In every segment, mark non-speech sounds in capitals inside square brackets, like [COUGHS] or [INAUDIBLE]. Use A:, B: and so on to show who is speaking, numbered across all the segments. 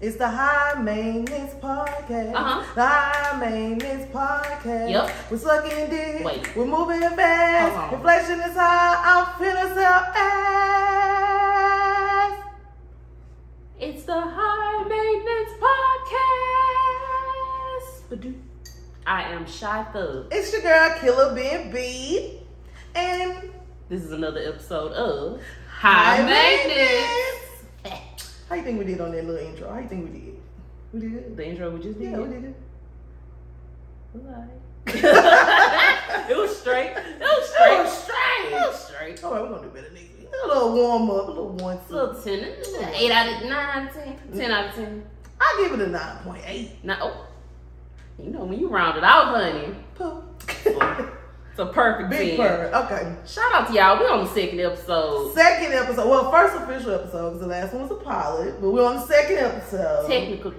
A: It's the High Maintenance Podcast.
B: Uh-huh.
A: The High Maintenance Podcast.
B: Yep.
A: We're sucking dick.
B: Wait.
A: We're moving fast.
B: Hold on.
A: Inflation is high. I'm feeling so ass.
B: It's the High Maintenance Podcast. I am Shy Thug.
A: It's your girl, Killer Ben B. And
B: This is another episode of
A: High
B: High Maintenance.
A: How you think we did on that little intro? How you think we did? We did it?
B: The intro we just did.
A: Yeah, we did it.
B: Alright. [LAUGHS] it was straight. It was straight.
A: It was straight.
B: It was straight.
A: All right, we're going to do better next week. A little warm up, a little one
B: It's a little
A: two.
B: 10. It's a little 8 out of 9 out of 10. 10 out of 10.
A: I give it a 9.8.
B: Now, oh, you know, when you round it out, honey,
A: Poo.
B: it's a
A: [LAUGHS]
B: perfect
A: Big
B: 10.
A: purr. Okay.
B: Shout out to y'all. We on the second episode.
A: Second episode. Well, first official episode because the last one was a pilot, but we're on the second episode.
B: Technical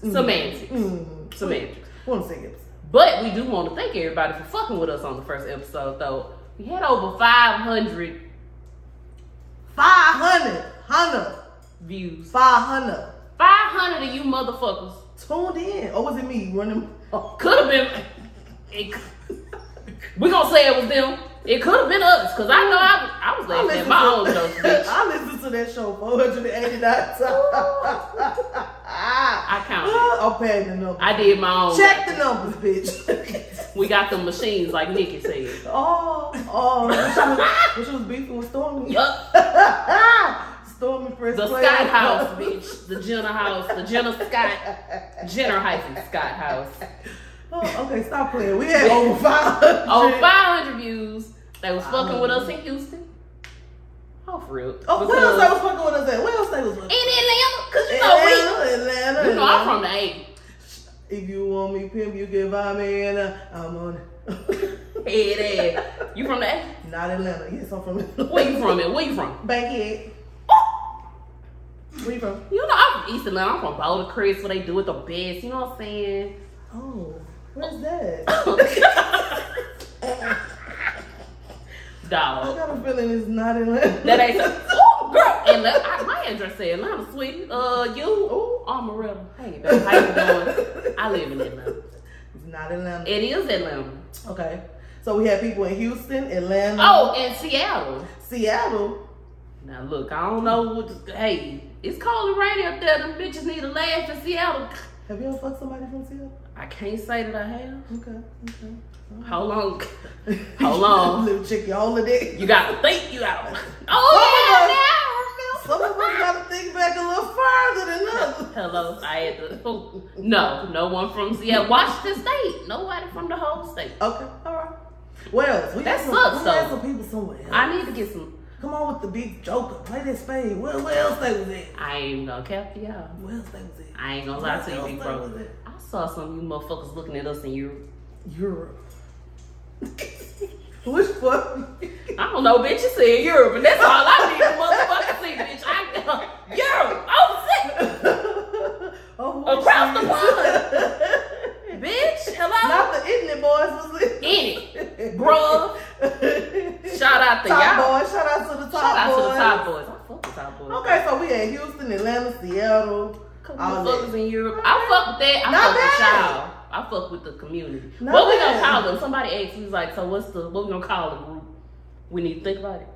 B: semantics.
A: Mm.
B: Semantics.
A: We're on the second episode.
B: But we do want to thank everybody for fucking with us on the first episode, though. We had over 500
A: 500. 100.
B: views.
A: 500.
B: 500 of you motherfuckers
A: Tuned in. Or was it me running? Oh.
B: could have been. It, we gonna say it was them. It could have been us, cause I know I, I was
A: I
B: laughing at
A: listened,
B: my own
A: [LAUGHS]
B: jokes,
A: to,
B: bitch.
A: I listened to that show 489
B: [LAUGHS]
A: times.
B: I counted.
A: I'm paying the numbers.
B: I did my own.
A: Check the numbers, bitch.
B: [LAUGHS] We got the machines, like Nikki said.
A: oh, oh. When she was, when she was beefing with Stormy.
B: Yup.
A: [LAUGHS] Stormy first
B: The
A: place.
B: Scott House, bitch. The Jenna House. The Jenna Scott. Jenner hyphen Scott House.
A: Oh, okay, stop playing. We
B: [LAUGHS]
A: had over 500.
B: Oh, 500 views. They was fucking with
A: 500.
B: us in Houston. Oh, for real.
A: Oh, where else they was fucking with us at? Where else they was fucking
B: in Atlanta, cause you know
A: Atlanta,
B: we, you know I'm
A: Atlanta.
B: from the 80s.
A: If you want me, pimp, you can buy me, and uh, I'm on it. [LAUGHS]
B: Head ass. [LAUGHS] You from the 80s?
A: Not Atlanta. Yes, I'm from Atlanta.
B: Where you from? Man? Where you from?
A: Bankhead. Where you from?
B: You know I'm from East Atlanta. I'm from Boulder Crest, where they do it the best. You know what I'm saying? [LAUGHS]
A: Oh, where's that? I
B: Dog.
A: got a feeling it's not Atlanta. [LAUGHS]
B: That ain't so. Ooh, girl. And look, I, my address said Atlanta, sweetie. Uh, you? Ooh, Amarillo. Hey, babe, how you doing? I live in Atlanta.
A: It's not Atlanta.
B: It is Atlanta.
A: Okay. So we had people in Houston, Atlanta,
B: Oh, and Seattle.
A: Seattle.
B: Now look, I don't know what. To, hey, it's cold and rainy up there. Them bitches need to laugh in Seattle.
A: Have you ever fucked somebody from Seattle?
B: I can't say that I have.
A: Okay, okay.
B: How long? How long?
A: [LAUGHS] Little chick, y'all the dick.
B: You gotta think. You gotta.
A: Oh,
B: Oh
A: Some of us gotta think back a little further than
B: yeah, now.
A: others.
B: Hello, I had to. oh, No, no one from Seattle, Washington State. Nobody from the whole state.
A: Okay, all right. Well, we got
B: That
A: some,
B: sucks,
A: we got
B: though.
A: some people somewhere. else.
B: I need to get some.
A: Come on with the big joker. Play that spade. Where, where else they was at?
B: I ain't gonna cap to y'all.
A: Where else they was at?
B: I ain't gonna lie to you,
A: Where
B: big
A: else
B: bro.
A: they was at?
B: I saw some of you motherfuckers looking at us in Europe.
A: Europe. [LAUGHS] Which fuck?
B: I don't know, bitch. You said Europe, and that's all I need to motherfucking see, bitch. I Europe. Oh, sick.
A: [LAUGHS] oh,
B: Across the
A: pond.
B: Bitch,
A: [LAUGHS]
B: hello?
A: Not the ignorant boys was it?
B: In it. Bruh.
A: [LAUGHS]
B: Shout out to
A: top
B: y'all.
A: boys. Shout out to the top
B: Shout out to the
A: boys.
B: top boys. I fuck with top boys.
A: Okay, so we at Houston, Atlanta, Seattle.
B: Couple
A: all
B: motherfuckers
A: that.
B: in Europe. I fuck with that. I
A: Not
B: fuck
A: bad.
B: with y'all. I fuck with the community.
A: Not
B: what we gonna
A: bad.
B: call them? Somebody asked me, was like, so what's the, what we gonna call the group? We need to think about it.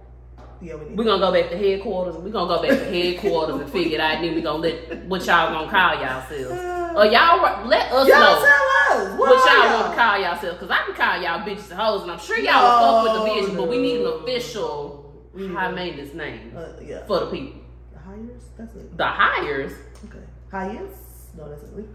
A: Yeah, we need.
B: We're gonna go back to headquarters. We're gonna go back to headquarters and figure it out. Then we're gonna let what y'all gonna call y'allselves. Or y'all, let us
A: y'all
B: know.
A: tell us. What,
B: What
A: are
B: y'all want to call y'allself? Because I can call y'all bitches and hoes, and I'm sure y'all will fuck with the bitches, but we need an official
A: We need
B: high
A: a-
B: maintenance name
A: Uh, yeah.
B: for the people.
A: Hires? That's it.
B: The hires,
A: Okay. Hires? No, that's it.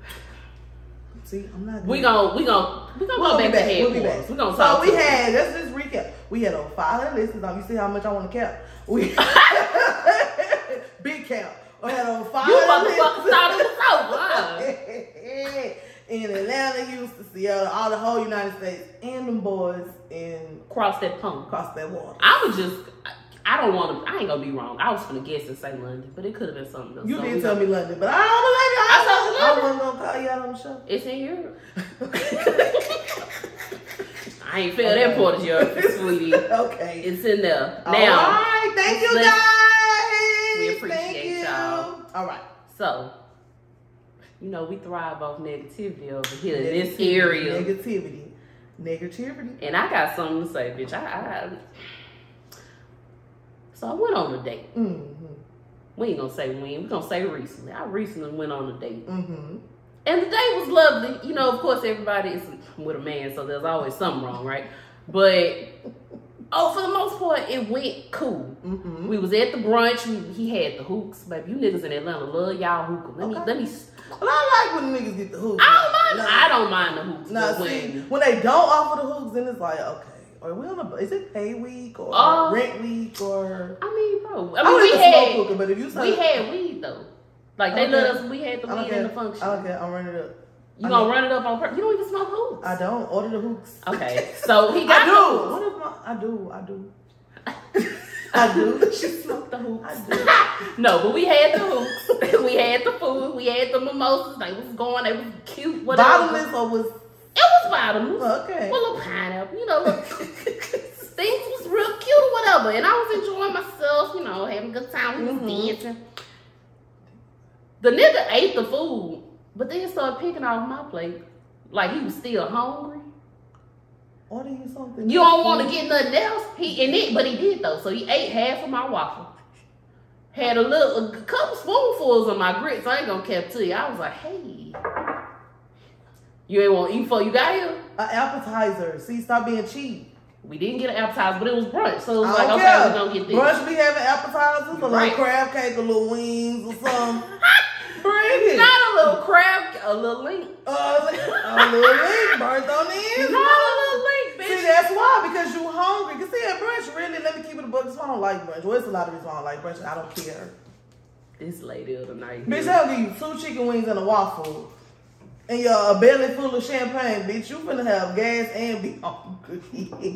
A: See, I'm not.
B: we
A: good.
B: gon' we gon' we gon' go back to
A: We'll be
B: headquarters.
A: back.
B: We gon'
A: so
B: talk.
A: we
B: to them.
A: had. Let's just recap. We had on five listeners. Now you see how much I want to count. We
B: [LAUGHS]
A: [LAUGHS] big count. We had on five.
B: you motherfuckers
A: listeners.
B: thought it was over. huh?
A: [LAUGHS] in Atlanta, Houston, Seattle, all the whole United States, and them boys in
B: Cross that punk.
A: across that water.
B: I was just I- I don't want to. I ain't gonna be wrong. I was gonna guess and say London, but it could have been something else.
A: You
B: So
A: did
B: we
A: tell
B: gon-
A: me London, but I don't
B: I
A: believe it. I,
B: told you
A: wasn't gonna call you out on the show.
B: It's in
A: [LAUGHS]
B: Europe. [LAUGHS] I ain't feel that part of Europe, sweetie.
A: Okay.
B: It's in there now.
A: All right. Thank you
B: let's-
A: guys.
B: we appreciate
A: Thank you.
B: y'all.
A: All right.
B: So, you know, we thrive off negativity over here in this area.
A: Negativity. Negativity.
B: and I got something to say, bitch. I, I so I went on a date.
A: Mm-hmm.
B: We ain't gonna say when. We gonna say recently. I recently went on a date,
A: Mm-hmm.
B: and the date was lovely. You know, of course, everybody is with a man, so there's always something wrong, right? But oh, for the most part, it went cool.
A: Mm-hmm.
B: We was at the brunch. We, he had the hooks, baby. You niggas in Atlanta love y'all hookah. Let me,
A: Okay.
B: let me. s-
A: Well, I like when niggas get the hoops.
B: I don't mind.
A: No.
B: I don't mind the hooks.
A: Now,
B: but
A: see,
B: when-
A: when they don't offer the hoops, then it's like, okay, are we on a, is it pay week or
B: Uh,
A: rent week or?
B: I mean, bro.
A: I,
B: I mean,
A: don't
B: we
A: even
B: had
A: smoke hooker, but if you say,
B: we had weed though. Like they
A: Okay.
B: let us. We had the
A: I don't
B: weed in the
A: care. I don't
B: function.
A: care. I'm running up.
B: You
A: I
B: gonna
A: don't-
B: run it up on purpose? You don't even smoke hoops.
A: I don't order the hoops.
B: Okay,
A: [LAUGHS]
B: so he Oh, got
A: I do.
B: the
A: What if my, I do. I
B: [LAUGHS]
A: do. I do. [LAUGHS]
B: hooks. [LAUGHS] She smoked the hoops.
A: I do.
B: [LAUGHS] No, but we had the hoops. [LAUGHS] we had the food. We had the mimosas. They was going. They was cute. Whatever.
A: Bottomless or was
B: It was bottomless.
A: okay.
B: Well, a little pineapple, you know, little, things was real cute or whatever. And I was enjoying myself, you know, having a good time. We was
A: Mhm.
B: dancing. The nigga ate the food, but then started picking off my plate. Like he was still hungry.
A: Order you something.
B: You don't want to get nothing else. He and it, but he did though. So he ate half of my waffle. Had a little, a couple spoonfuls of my grits. I ain't gonna cap to you. I was like, hey, you ain't want to eat before you got here.
A: An appetizer. See, stop being cheap.
B: We didn't get an appetizer, but it was brunch. So it was
A: I
B: like,
A: don't
B: okay,
A: care.
B: we're gonna get this.
A: Brunch, we having appetizers, a
B: Right.
A: little crab cake, a little wings, or something. Bring it.
B: Not a little crab, a little link.
A: Uh, [LAUGHS] a little link burnt on the
B: Not
A: end.
B: a little link,
A: See,
B: bitch.
A: that's why because you hungry. Cause see, at brunch, really, let me keep it a book. So I don't like brunch. Well, it's a lot of reasons why I don't like brunch. I don't care.
B: This lady of the night.
A: Bitch, I'll give you two chicken wings and a waffle, and your a belly full of champagne. Bitch, you finna have gas and be hungry.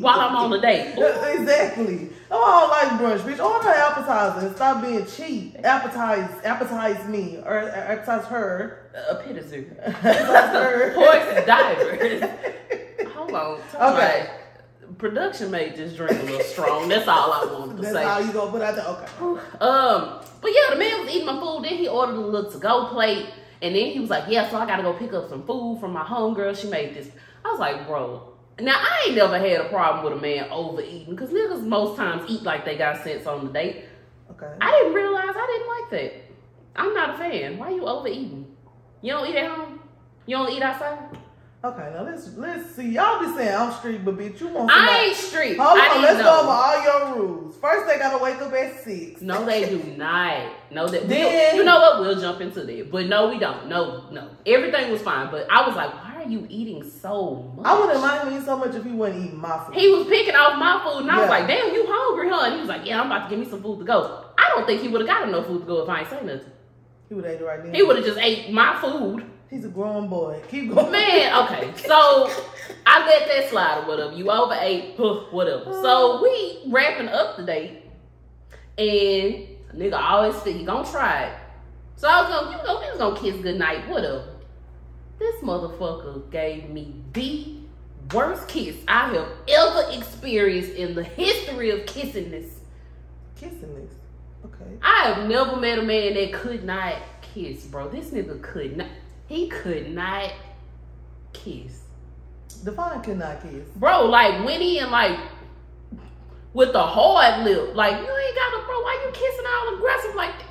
A: [LAUGHS]
B: While I'm on a [LAUGHS] date. Ooh.
A: Exactly. Oh, I don't like brunch, bitch. Order appetizer and stop being cheap. Appetize, appetize me or appetize her. [LAUGHS]
B: A pit zoo.
A: Appetize
B: [LAUGHS] Horse divers. Hold on.
A: Okay.
B: Okay. Production made this drink a little strong. That's all I wanted to
A: That's
B: say.
A: how you gonna put out there. Okay.
B: Um, but yeah, the man was eating my food. Then he ordered a little to-go plate, and then he was like, "Yeah, so I gotta go pick up some food from my homegirl. She made this." I was like, "Bro, now I ain't never had a problem with a man overeating because niggas most times eat like they got sense on the date.
A: Okay.
B: I didn't realize I didn't like that. I'm not a fan. Why you overeating? You don't eat at home. You don't eat outside.
A: Okay, now let's let's see. Y'all be saying I'm street, but bitch, you want somebody.
B: I ain't street.
A: Hold
B: I
A: on,
B: didn't
A: let's
B: know.
A: go over all your rules. First, they gotta wake up at six.
B: No, they do not. No, that
A: Then-
B: we you know what? We'll jump into that, but no, we don't. No, no, everything was fine. But I was like, why are you eating so much?
A: I wouldn't mind him so much if he wasn't eating my food.
B: He was picking off my food, and I
A: Yeah.
B: was like, damn, you hungry, huh? And he was like, yeah, I'm about to give me some food to go. I don't think he would have gotten no food to go if I ain't say nothing.
A: He would ate it right then.
B: He would have just ate my food.
A: He's a grown boy. Keep going.
B: Man, okay. So I let that slide or whatever. You overate, huh, whatever. So we wrapping up the date, and a nigga always said you gonna try it. So I was gonna, you know, we was gonna kiss goodnight, whatever. This motherfucker gave me the worst kiss I have ever experienced in the history of kissing this.
A: Kissing this. Okay.
B: I have never met a man that could not kiss, bro. This nigga could not. He could not kiss.
A: Devon cannot kiss.
B: Bro, like went in like with the hard lip. Like, you ain't got no bro, why you kissing all aggressive like that?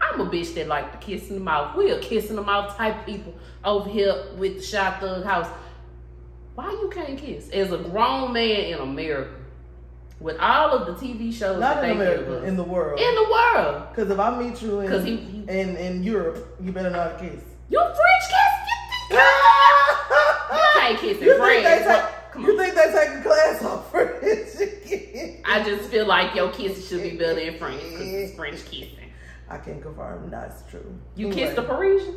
B: I'm a bitch that like to kiss in the mouth. We are kissing the mouth type people over here with the shot thug house. Why you can't kiss? As a grown man in America, with all of the TV shows that
A: Not
B: they
A: in
B: give
A: America,
B: us,
A: in the world.
B: in the world.
A: Because if I meet you
B: Cause
A: in,
B: he, he
A: in in Europe, you better not kiss.
B: you French kiss.
A: [LAUGHS]
B: You, [LAUGHS] you can't kiss
A: Ah! You
B: in
A: think, they
B: French.
A: take,
B: Well, Come
A: you
B: on.
A: think they take a class off [LAUGHS] for this?
B: I just feel like your kisses should be better in French because it's French kissing.
A: I can confirm that's true.
B: You
A: Anyway,
B: kissed a Parisian.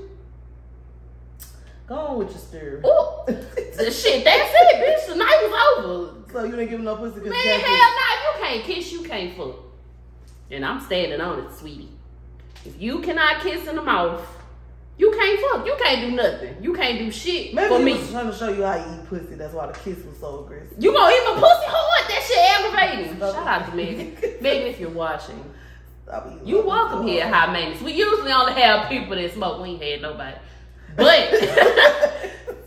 A: Go on with your story.
B: Oh, the shit. That's it, bitch. The night was over.
A: so you didn't give him no pussy because
B: Man,
A: you
B: hell no.
A: can't
B: you can't kiss. You can't fuck. And I'm standing on it, sweetie. If you cannot kiss in the mouth, you can't fuck. You can't do nothing. You can't do shit
A: kiss. Maybe
B: for
A: he
B: me.
A: was trying to show you how you eat pussy. That's why the kiss was so aggressive.
B: You gonna eat my pussy hard? That shit aggravating. Shout out
A: [LAUGHS]
B: to Megan. Megan, if you're watching.
A: Stop eating
B: You
A: pussy
B: welcome
A: so
B: here, [LAUGHS]
A: hard.
B: high maintenance. We usually only have people that smoke. We ain't had nobody.
A: [LAUGHS]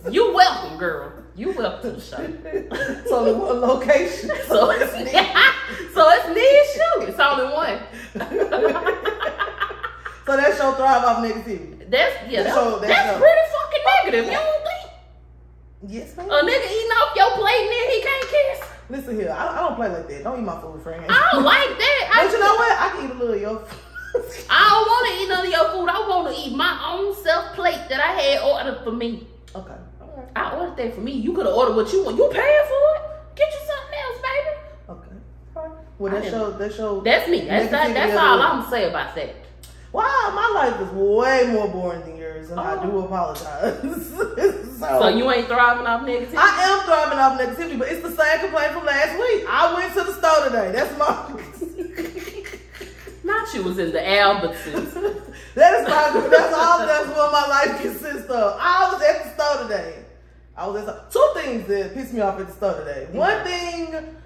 B: But you welcome, girl. You welcome to the show.
A: it's only one location.
B: [LAUGHS]
A: [LAUGHS]
B: So it's [LAUGHS] so it's knee shoe. It's only one.
A: So that's your thrive off negativity.
B: That's yeah. That's,
A: So that's no.
B: that's pretty fucking negative. You don't think
A: Yes,
B: a
A: ma'am.
B: nigga eating off your plate and then he can't kiss?
A: Listen here, I, I don't play like that. Don't eat my food, friend.
B: I
A: [LAUGHS]
B: don't like that. I,
A: But you know what? I can eat a little of your food. [LAUGHS]
B: I don't want to eat none of your food. I want to eat my own self plate that I had ordered for me.
A: okay.
B: I ordered that for me. You could have ordered what you want. You paying for it? Get you something else, baby.
A: Okay. Well, that's
B: I
A: your, that's your.
B: That's me. That's that,
A: Negativity
B: that's
A: of the
B: all
A: week.
B: I'm gonna say about that.
A: Wow, my life is way more boring than yours, and I
B: Oh.
A: do apologize. [LAUGHS] so,
B: So you ain't thriving off negativity.
A: Oh. I am thriving off negativity, but it's the same complaint from last week. I went to the store today. That's my.
B: [LAUGHS] Not you was in the Albertsons.
A: [LAUGHS] that is my. That's all. That's what my life consists of. I was at the store today. I was at the, two things that pissed me off at the store today. One
B: Yeah.
A: thing.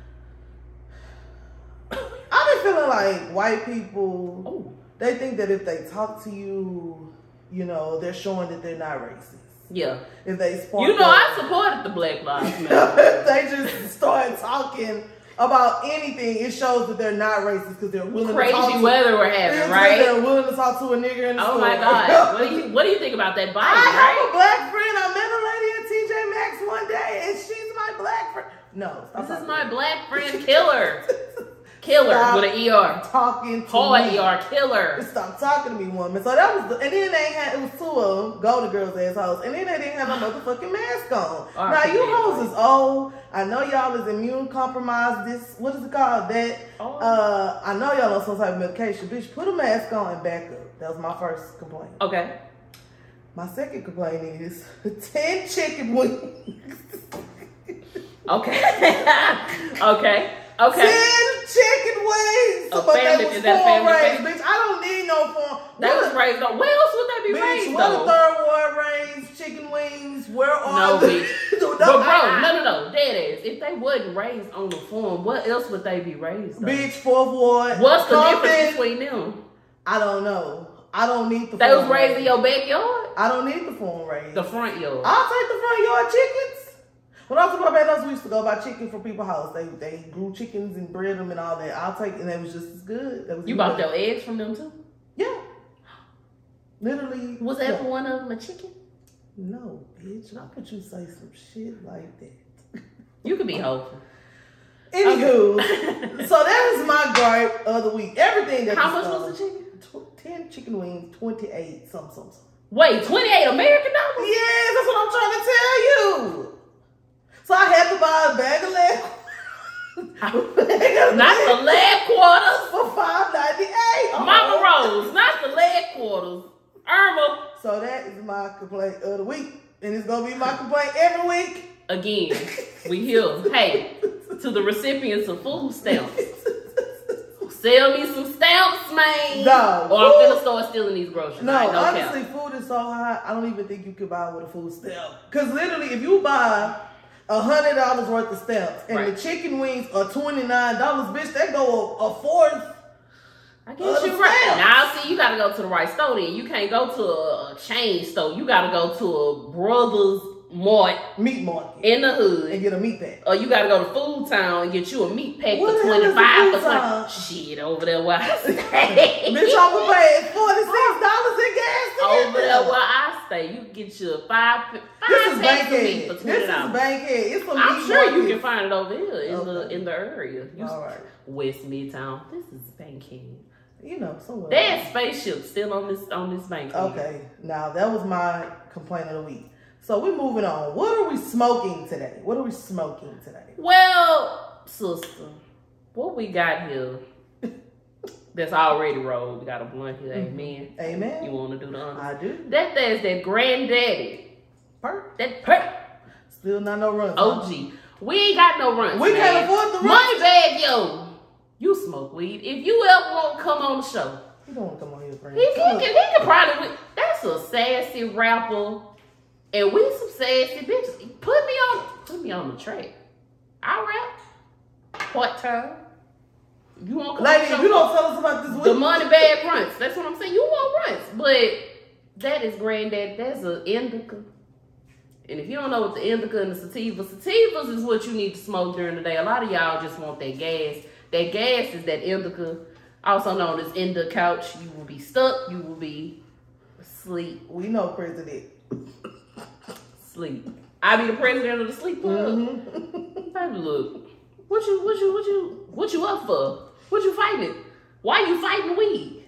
A: I've been feeling like white people
B: oh,
A: they think that if they talk to you, you know, they're showing that they're not racist.
B: yeah.
A: If they spark
B: You know
A: up-
B: I supported the Black
A: [LAUGHS]
B: Lives Matter.
A: if they just start talking about anything, it shows that they're not racist because they're willing to talk
B: Crazy
A: to
B: weather we're
A: It's
B: having,
A: 'cause
B: right?
A: They're willing to talk to a nigger in the
B: Oh
A: store. [LAUGHS]
B: my God. What do you What do you think about that body,
A: I have a
B: right?
A: black friend. I met a lady at TJ Maxx one day, and she's my black friend. No, stop
B: This
A: talking.
B: is
A: [LAUGHS]
B: my black friend killer. Killer
A: Stop
B: with an ER.
A: talking to
B: Hard
A: me.
B: ER killer.
A: Stop talking to me, woman. So that was, the, and then they had it was two of them, golden girls assholes, and then they didn't have
B: Ah.
A: no motherfucking mask on.
B: All
A: now
B: right,
A: you
B: man.
A: hoes is old. I know y'all is immune compromised. This what is it called? That
B: Oh.
A: uh, I know y'all on some type of medication. Bitch, put a mask on and back up. That was my first complaint.
B: Okay.
A: My second complaint is [LAUGHS] ten chicken wings.
B: Okay. [LAUGHS] okay. Okay.
A: Ten chicken wings.
B: A
A: but they
B: family-
A: was
B: is that a
A: foreign
B: family
A: raised,
B: thing?
A: bitch. I don't need no form.
B: That was raised on. Where else would that be
A: Bitch,
B: raised
A: what a
B: though?
A: third war range, chicken wings, where
B: No,
A: are the...
B: bitch.
A: [LAUGHS] no,
B: But bro,
A: I-
B: no, no, no, dead ass. If they wasn't raised on the farm, what else would they be raised on?
A: Bitch, fourth ward.
B: What's the difference
A: Compton,
B: between them?
A: I don't know. I don't need the
B: They
A: foreign
B: was raised in
A: range.
B: your backyard,
A: I don't need the foreign range.
B: the front yard.
A: I'll take the front yard chickens. When I was about back house, we used to go buy chicken from people's house. They they grew chickens and bred them and all that. I'll take and they was just as good. That was
B: You
A: even
B: bought
A: better.
B: your eggs from them too.
A: Yeah. Literally.
B: Was
A: yeah.
B: that for one of them a chicken?
A: No, bitch. How could you say some shit like that?
B: You could be [LAUGHS] hopeful.
A: Anywho, so that is my gripe of the week. Everything that
B: How much was the chicken?
A: Tw- Ten chicken wings, twenty-eight, some, some, some.
B: Wait, twenty eight American dollars.
A: Yes, that's what I'm trying to tell you. So I had to buy a bag of
B: [LAUGHS]
A: [LAUGHS] leg.
B: Not the leg quarters,
A: for five ninety-eight.
B: Mama Rose. Not the leg quarters, Irma.
A: So that is my complaint of the week, and it's gonna be my complaint every week.
B: Again, we here. Hey, to the recipients of food stamps, sell me some stamps, man.
A: No.
B: Or I'm finna start stealing these groceries.
A: No,
B: I ain't no cap.
A: honestly, food is so high. I don't even think you could buy with a food stamp. Cause literally, if you buy a hundred dollars worth of stamps and
B: Right.
A: the chicken wings are twenty nine dollars, bitch, they go a, a fourth.
B: I
A: Uh,
B: guess
A: the
B: you right.
A: stamps.
B: Now, see, you gotta go to the right store then. You can't go to a, a chain store. You gotta go to a Brothers Mart
A: meat market
B: in the
A: and
B: hood.
A: get a meat pack.
B: Or you gotta go to Food Town and get you a meat pack
A: What
B: for
A: the hell is
B: twenty five
A: Food
B: for
A: Town?
B: twenty. Shit, over there where
A: [LAUGHS]
B: I
A: Bitch,
B: stay.
A: I was paying forty six dollars in gas to get
B: [LAUGHS] over there where I stay, you can get you a Oh, five p-
A: This is
B: five packs of meat
A: bankhead.
B: for
A: This
B: twenty
A: is
B: dollars.
A: bankhead. It's a meat
B: I'm sure you can
A: market.
B: find it over here in
A: Okay.
B: the in the area. You,
A: All right,
B: West Midtown. This is Bankhead.
A: you know somewhere.
B: That spaceship still on this on this Bankhead.
A: Okay,
B: Mm-hmm.
A: now that was my complaint of the week. So we're moving on. What are we smoking today? What are we smoking today?
B: Well, sister, what we got here [LAUGHS] that's already rolled. We got a blunt here,
A: Mm-hmm.
B: amen. You
A: Amen.
B: want to do the honors?
A: I do.
B: That there's that granddaddy,
A: Perk.
B: that per-
A: Still not no runs. huh?
B: OG. We ain't got no runs.
A: We
B: Oh, man.
A: can't afford the runs.
B: Money bag, yo. You smoke weed. If you ever want to come on the show,
A: He don't want to come on here, friend.
B: he, he,
A: Come
B: can,
A: on.
B: he can probably. win. That's a sassy rapper, and we some sassy bitches. Put me on, put me on the track. I rap part time. You want
A: Lady, if you don't tell us about this week.
B: the money bag runs. That's what I'm saying. You want runs, but That is granddaddy. That's an indica. And if you don't know what the indica and the sativa, sativas is what you need to smoke during the day. A lot of y'all just want that gas. That gas is that indica, also known as indica couch. You will be stuck. You will be asleep.
A: We know President.
B: Sleep. I be the president of the sleep club.
A: Mhm.
B: Baby, look. What you, what you, what you, what you up for? What you fighting? Why you fighting weed?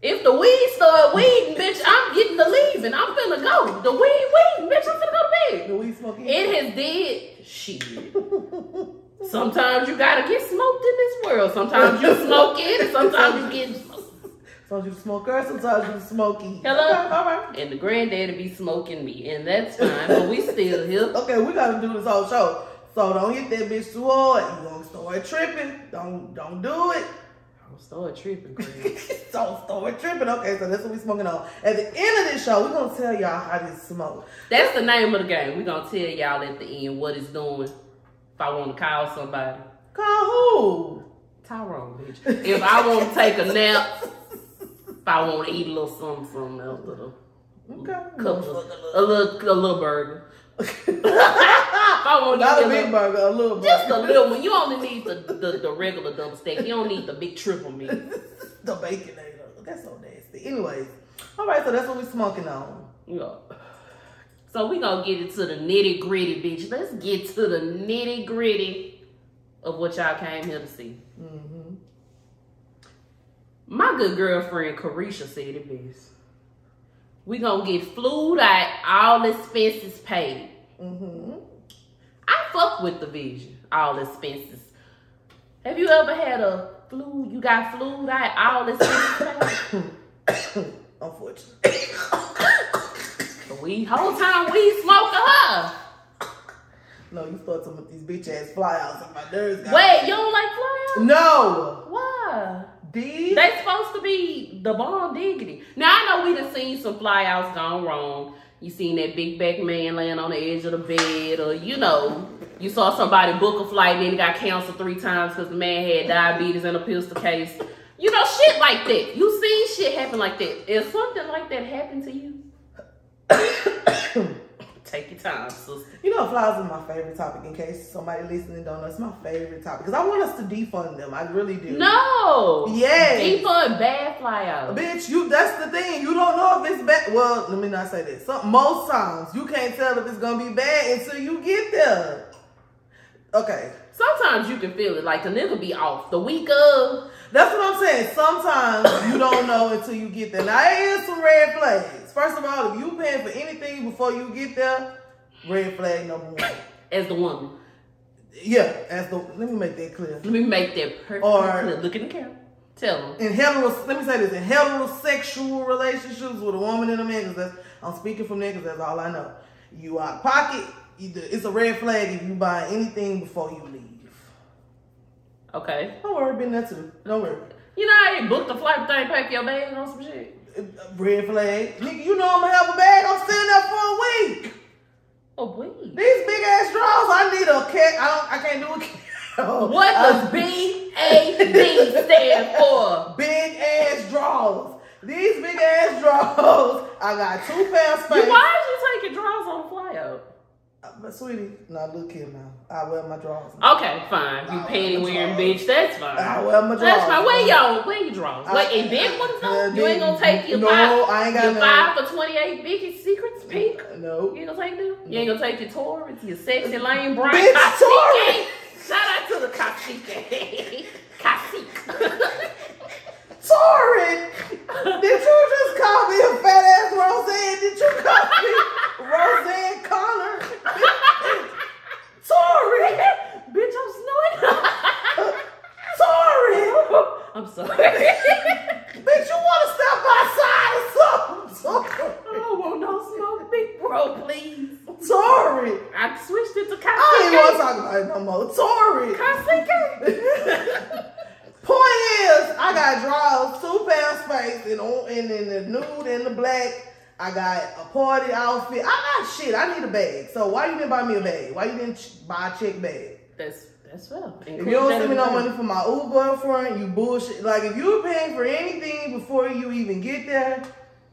B: If the weed start weeding, bitch, I'm getting the leaving. I'm finna go. The weed weed, bitch, I'm finna go to
A: [LAUGHS]
B: bed.
A: Do we smoke it? [LAUGHS]
B: It has did shit. Sometimes you gotta get smoked in this world. Sometimes you smoke it, and sometimes you get smoked.
A: Sometimes you smoke her, sometimes you smoke it.
B: Hello?
A: Okay, [LAUGHS] all right.
B: And the granddaddy be smoking me, and that's fine, but we still here.
A: Okay, we gotta do this whole show. So don't hit that bitch too hard. You gonna start tripping. Don't don't do it. [LAUGHS]
B: Don't start tripping, Greg.
A: don't start tripping. Okay, so that's what we smoking on. At the end of this show, we gonna tell y'all how to smoke.
B: That's the name of the game. We're gonna tell y'all at the end what it's doing. If I wanna call somebody,
A: Call
B: Tyrone, bitch. If I wanna take a [LAUGHS] nap, if I wanna eat a little something, something else, a little,
A: who? Okay.
B: couple, a little, a little burger. [LAUGHS] If I
A: [LAUGHS]
B: wanna
A: Not
B: eat
A: a
B: little-
A: big burger, a little burger.
B: Just a little one. You only need the, the, the regular double stack. You don't need the big triple meat.
A: [LAUGHS] the baconator. That's so nasty. Anyways, all right. So that's what we smoking on.
B: You know. So we gonna get into the nitty gritty, bitch. Let's get to the nitty gritty of what y'all came here to see.
A: hmm
B: My good girlfriend Carisha said it best. We gonna get flued out, all expenses paid.
A: hmm
B: I fuck with the vision, all expenses. Have you ever had a flu? You got flued out, all expenses paid.
A: [COUGHS] Unfortunately. [COUGHS]
B: We whole time we smoking her.
A: No, you start talking about these bitch ass flyouts on my nerves. guys.
B: Wait, you don't like flyers?
A: No.
B: Why?
A: D.
B: They supposed to be the bomb diggity. Now I know we done seen some flyouts gone wrong. You seen that big back man laying on the edge of the bed, or you know, you saw somebody book a flight and then it got canceled three times because the man had diabetes and a pistol case. You know, shit like that. You seen shit happen like that. If something like that happened to you, take your time, sister.
A: [COUGHS] You know, flies is my favorite topic. In case somebody listening don't know, it's my favorite topic because I want us to defund them. I really do.
B: No.
A: Yes.
B: Defund bad flyouts.
A: Bitch, you that's the thing. You don't know if it's bad. Well, let me not say this. Some most times you can't tell if it's gonna be bad until you get there. Okay.
B: Sometimes you can feel it, like the nigga be off the week of.
A: That's what I'm saying. Sometimes [COUGHS] you don't know until you get there. Now there is some red flags. First of all, if you paying for anything before you get there, red flag number one.
B: As the woman,
A: Yeah, as the let me make that clear.
B: let me make that perfect
A: Or-
B: clear. Look in the camera. Tell them.
A: in hetero, let me say this, in heterosexual relationships with a woman and a man, because that's, I'm speaking from there, 'cause that's all I know. You out of pocket, either, it's a red flag if you buy anything before you leave.
B: Okay.
A: Don't worry, been there too. Don't worry.
B: You know I ain't booked a flight, but they pack your bag on some shit.
A: Uh, Red flag. Nigga, you know I'm gonna have a bag, I'm sitting there for a week.
B: Oh wait.
A: These big ass drawers, I need a cat. I, don't, I can't do a cat.
B: What does
A: [LAUGHS]
B: B A D stand [LAUGHS] for?
A: Big ass drawers. These big ass drawers. I got two pairs
B: You,
A: space.
B: why is you taking draws on the flyout?
A: Uh, But sweetie, now look here now. I wear my drawers.
B: Okay, fine. You
A: I wear
B: panty wearing
A: my
B: bitch. Oh, That's fine.
A: I wear my
B: That's fine.
A: drawers.
B: Where y'all? Where you draws?
A: I-
B: Like a big one
A: Uh,
B: though. You ain't gonna take your
A: no,
B: five.
A: I ain't
B: Your
A: got
B: five for twenty eight biggest secrets, pink.
A: no. No.
B: You ain't gonna take them? You ain't gonna take your Taurus, your sexy lame brown
A: Bitch,
B: cacique? Shout out to the [LAUGHS] cacique. cacique.
A: Torrid, did you just call me a fat ass Roseanne? Did you call me Roseanne Connor?
B: [LAUGHS]
A: Torrid,
B: [LAUGHS] Bitch, I'm
A: Torrid,
B: snoring. [LAUGHS] I'm sorry.
A: bitch, you want to step outside or
B: I
A: something?
B: don't want no smoke, big bro, please.
A: Torrid, Torrid.
B: I switched it to
A: I ain't want to
B: cacique.
A: talk about it no more. Torrid.
B: Cacique.
A: [LAUGHS] Point is, I got draws, two pound space, and on and in the nude and the black. I got a party outfit. I got shit. I need a bag. So why you didn't buy me a bag? Why you didn't ch- buy a check bag?
B: [LAUGHS] That's that's well.
A: If you don't send me no money for my Uber up front, you bullshit. Like if you're paying for anything before you even get there,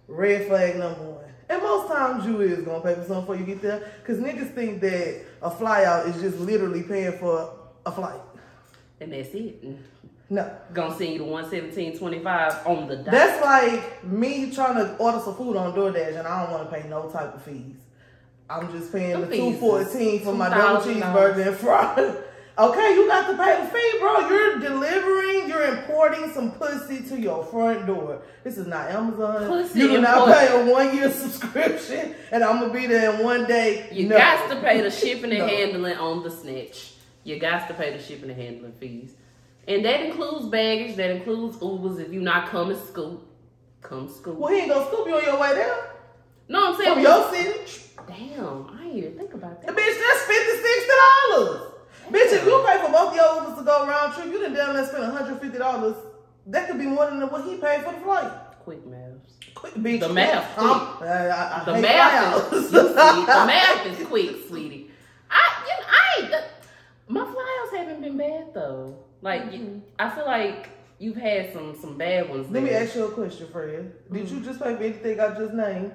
A: Red flag number one. And most times you is gonna pay for something before you get there, cause niggas think that a fly out is just literally paying for a flight.
B: And that's it.
A: No,
B: Gonna send you to 117.25 on the dot.
A: that's like me trying to order some food on DoorDash, and I don't want to pay no type of fees. I'm just paying
B: Them
A: the two
B: fees is
A: fourteen for my double
B: $2,000.
A: cheeseburger and fry. [LAUGHS] okay, you got to pay the fee, bro. You're delivering, you're importing some pussy to your front door. This is not Amazon.
B: Pussy
A: you do
B: and
A: not
B: pussy.
A: pay a one year [LAUGHS] subscription, and I'm gonna be there in one day.
B: you
A: No.
B: got to pay the shipping and
A: No.
B: handling on the snitch. You got to pay the shipping and handling fees. And that includes baggage, that includes Ubers. If you not coming scoop, come scoop.
A: Well, he ain't gonna scoop you on your way there
B: No, I'm saying
A: from your city.
B: Damn, I didn't even think about
A: Bitch,
B: that.
A: that's fifty sixty dollars. Bitch, if you pay for both your Ubers to go round trip, you done damn near spent one hundred fifty dollars. That could be more than what he paid for the flight.
B: Quick maths.
A: Quick, bitch.
B: The math, quick.
A: I'm- I, I, I
B: The
A: hate
B: math
A: flyouts.
B: is you see, the
A: [LAUGHS]
B: math is quick, sweetie. I you know, I ain't the- my flyouts haven't been bad though. Like you, I feel like you've had some some bad Mm-hmm. ones.
A: Mm-hmm. Let me
B: there.
A: ask you a question, Fred. Did you just pay for anything I just named?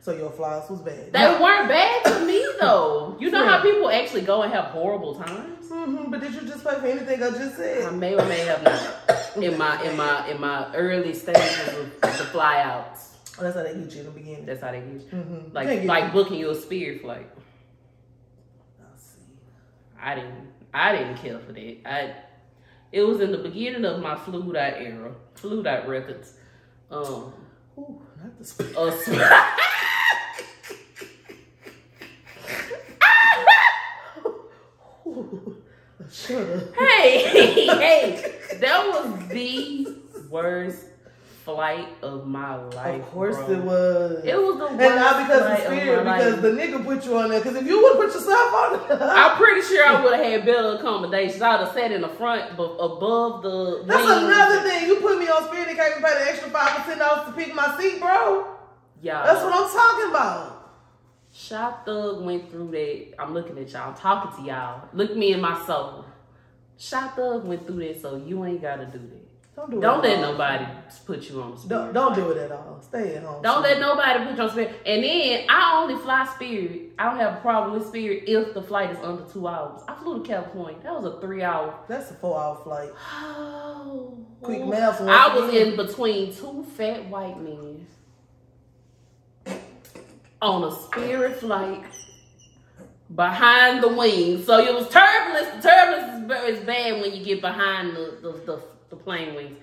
A: So your flights was bad.
B: They
A: [LAUGHS]
B: weren't bad to me though. You know how people actually go and have horrible times.
A: hmm but did you just pay for anything I just
B: I
A: said?
B: may or may have not in my in my in my early stages of the flyouts.
A: Oh, that's how they get you in the beginning.
B: That's how they get you.
A: Mhm. They
B: Like
A: get
B: like booking you a spirit flight.
A: you. I see.
B: I didn't I didn't care for that. I it was in the beginning of my flu dot era, flu dot records. Um
A: Ooh, not the sp- [LAUGHS]
B: a sp-
A: Ooh, shut up.
B: [LAUGHS] hey, hey, that was the worst flight of my life.
A: Of course
B: bro.
A: it was.
B: It was the worst
A: And not because
B: flight
A: of spirit,
B: of my
A: because
B: life.
A: the nigga put you on there. Because if you would put yourself on there, [LAUGHS]
B: I'm pretty sure I would have had better accommodations. I'd have sat in the front, but above the.
A: that's
B: wings.
A: another thing. You put me on spirit and can't even pay the extra five or ten dollars to pick my seat, bro.
B: Yeah.
A: That's what I'm talking about.
B: Shop Thug went through that. I'm looking at y'all, talking to y'all. Look me in my soul. Shop Thug went through that, so you ain't gotta do that.
A: Don't do it.
B: Don't
A: at
B: let
A: all.
B: nobody put you on
A: Don't,
B: spirit.
A: don't do it at all. Stay at home.
B: Don't let nobody put you on spirit. And then I only fly spirit. I don't have a problem with spirit if the flight is under two hours. I flew to California. That was a three hour.
A: That's a four-hour flight.
B: Oh.
A: Quick math once
B: I was
A: again.
B: in between two fat white men on a spirit flight behind the wings. So it was turbulence. Turbulence is, ba- is bad when you get behind the, the, the, the plane wings.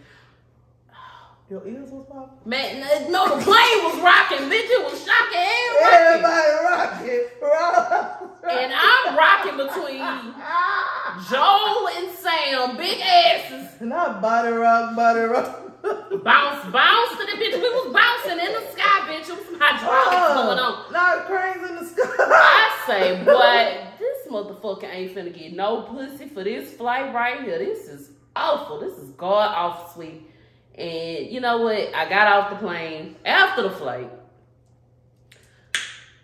A: Your ears was popping.
B: Man, n- no, the plane was rocking, bitch. It was shocking and rocking.
A: Everybody rocking. [LAUGHS] Rock.
B: And I'm rocking between Joel and Sam, big
A: [LAUGHS]
B: asses.
A: Not body rock, body rock.
B: Bounce, bounce to the bitch. We was bouncing in the sky, bitch. It was some
A: [LAUGHS]
B: hydraulics going on.
A: Not cranes in the sky.
B: I say, but this motherfucker ain't finna get no pussy for this flight right here. This is awful. This is god awful sweet. And you know what? I got off the plane after the flight.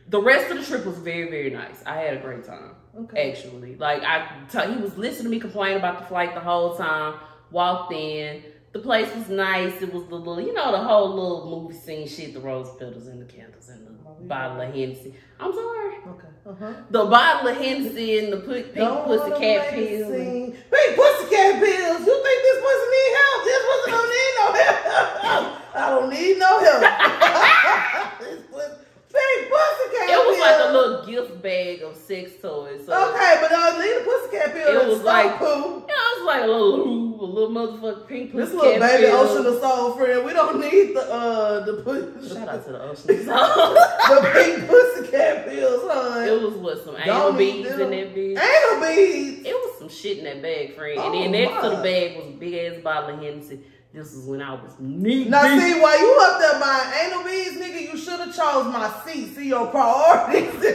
B: The rest of the trip was very, very nice. I had a great time.
A: Okay.
B: Actually, like I, t- he was listening to me complain about the flight the whole time. Walked in, the place was nice. It was the little, you know, the whole little movie scene shit, the rose petals and the candles and
A: Oh,
B: the bottle of Hennessy. I'm sorry,
A: Okay. Uh-huh.
B: the bottle of Hennessy and the pu- pink pussy cat pills. and-
A: Big pussycat pills. You think this pussy need help? This pussy don't need no help. [LAUGHS] I don't need no help. [LAUGHS] this pussy, big pussycat
B: It was
A: pills.
B: like a little gift bag of sex toys. So
A: Okay, but uh, leave the pussycat pills.
B: It
A: It
B: was
A: was
B: like-
A: poo.
B: yeah, it was like a little, ooh, a little motherfucking pink pussy
A: This little
B: cat
A: baby
B: pills.
A: ocean of soul friend. We don't need the uh the put
B: Shout out to the
A: [LAUGHS]
B: ocean. [LAUGHS]
A: the big pussycat pills, huh?
B: it was what some anal
A: Don't need
B: beads
A: them.
B: in that bitch.
A: Anal beads.
B: It was some shit in that bag, friend.
A: Oh,
B: and then next to the
A: my.
B: bag was a big ass bottle of Hennessy. This is when I was knee
A: Now
B: deep.
A: see, while you up there buying anal beads, nigga, you should have chose my seat. See your priorities.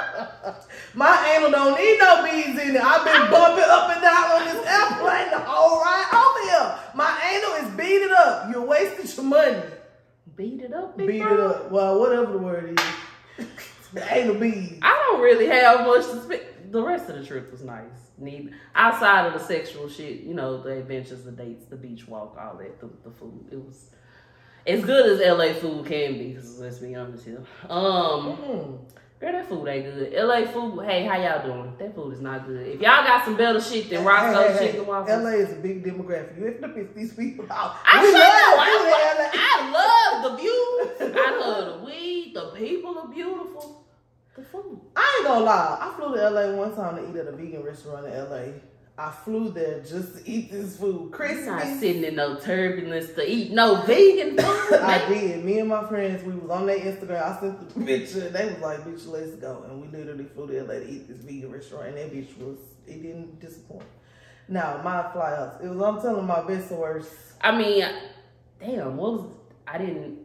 A: [LAUGHS] my anal don't need no beads in it. I've been bumping up and down on this airplane the whole ride over here. My anal is beaded up. You're wasting your money.
B: beat it up, big
A: Beat it
B: bro.
A: up. Well, whatever the word is. [LAUGHS] anal beads.
B: I don't really have much to speak. The rest of the trip was nice. Need outside of the sexual shit, you know, the adventures, the dates, the beach walk, all that, the, the food. It was As good as LA food can be, because let's be honest here. Um,
A: Mm.
B: Girl, that food ain't good. LA food, hey, how y'all doing? That food is not good. If y'all got some better shit than Roscoe's
A: Hey, hey, hey,
B: chicken waffles,
A: LA is a big demographic. You have to piss these people out.
B: I
A: we
B: should know. I,
A: love food in LA.
B: I love the view. I love the weed. The people are beautiful. The food.
A: I ain't gonna lie. I flew to LA one time to eat at a vegan restaurant in LA. I flew there just to eat this food.
B: I'm not
A: Crispy.
B: sitting in no turbulence to eat no vegan food.
A: [LAUGHS] I
B: man.
A: did. Me and my friends, we was on their Instagram. I sent the [LAUGHS] picture. They was like, bitch, let's go. And we literally flew to LA to eat this vegan restaurant. And that bitch was, it didn't disappoint. Now, my flyouts. It was, I'm telling my best and worst.
B: I mean, damn, what was I didn't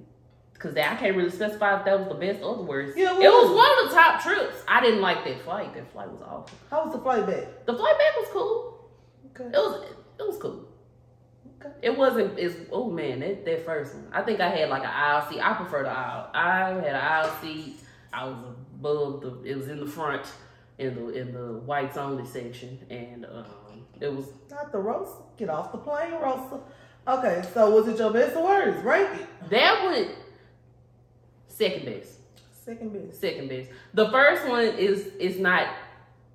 B: because I can't really specify if that was the best or the worst.
A: Yeah,
B: it
A: it
B: was
A: was.
B: one of the top trips. I didn't like that flight. That flight was awful.
A: How was the flight back?
B: The flight back was cool. It
A: Okay.
B: was it was cool.
A: Okay.
B: It wasn't. It's oh man, that, that first one. I think I had like an aisle seat. I prefer the aisle. I had an aisle seat. I was above the. It was in the front, in the in the whites only section, and um, it was
A: Not the roast. Get off the plane, Rosa. Okay, so was it your best or worst? Rank it.
B: that one. Second best.
A: Second best.
B: Second best. The first one is is not.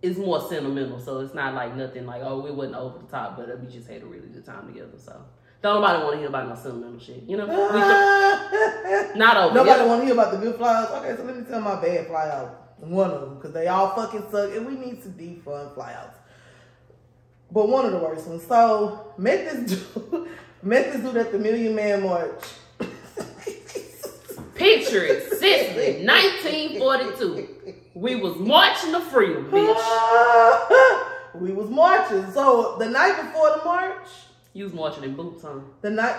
B: It's more sentimental, so it's not like nothing like oh we wasn't over the top, but we just had a really good time together. So don't nobody want to hear about no sentimental shit. You
A: [LAUGHS]
B: know, we, not over.
A: Nobody want to hear about the good flyouts. Okay, so let me tell my bad flyout. One of them, because they all fucking suck, and we need to defund flyouts. But one of the worst ones. So met this [LAUGHS] dude, met this dude at the Million Man March.
B: Picture it,
A: [LAUGHS]
B: Sicily, 1942. We was marching to freedom, bitch.
A: we was marching. So the night before the march,
B: You was marching in boots, huh?
A: the night.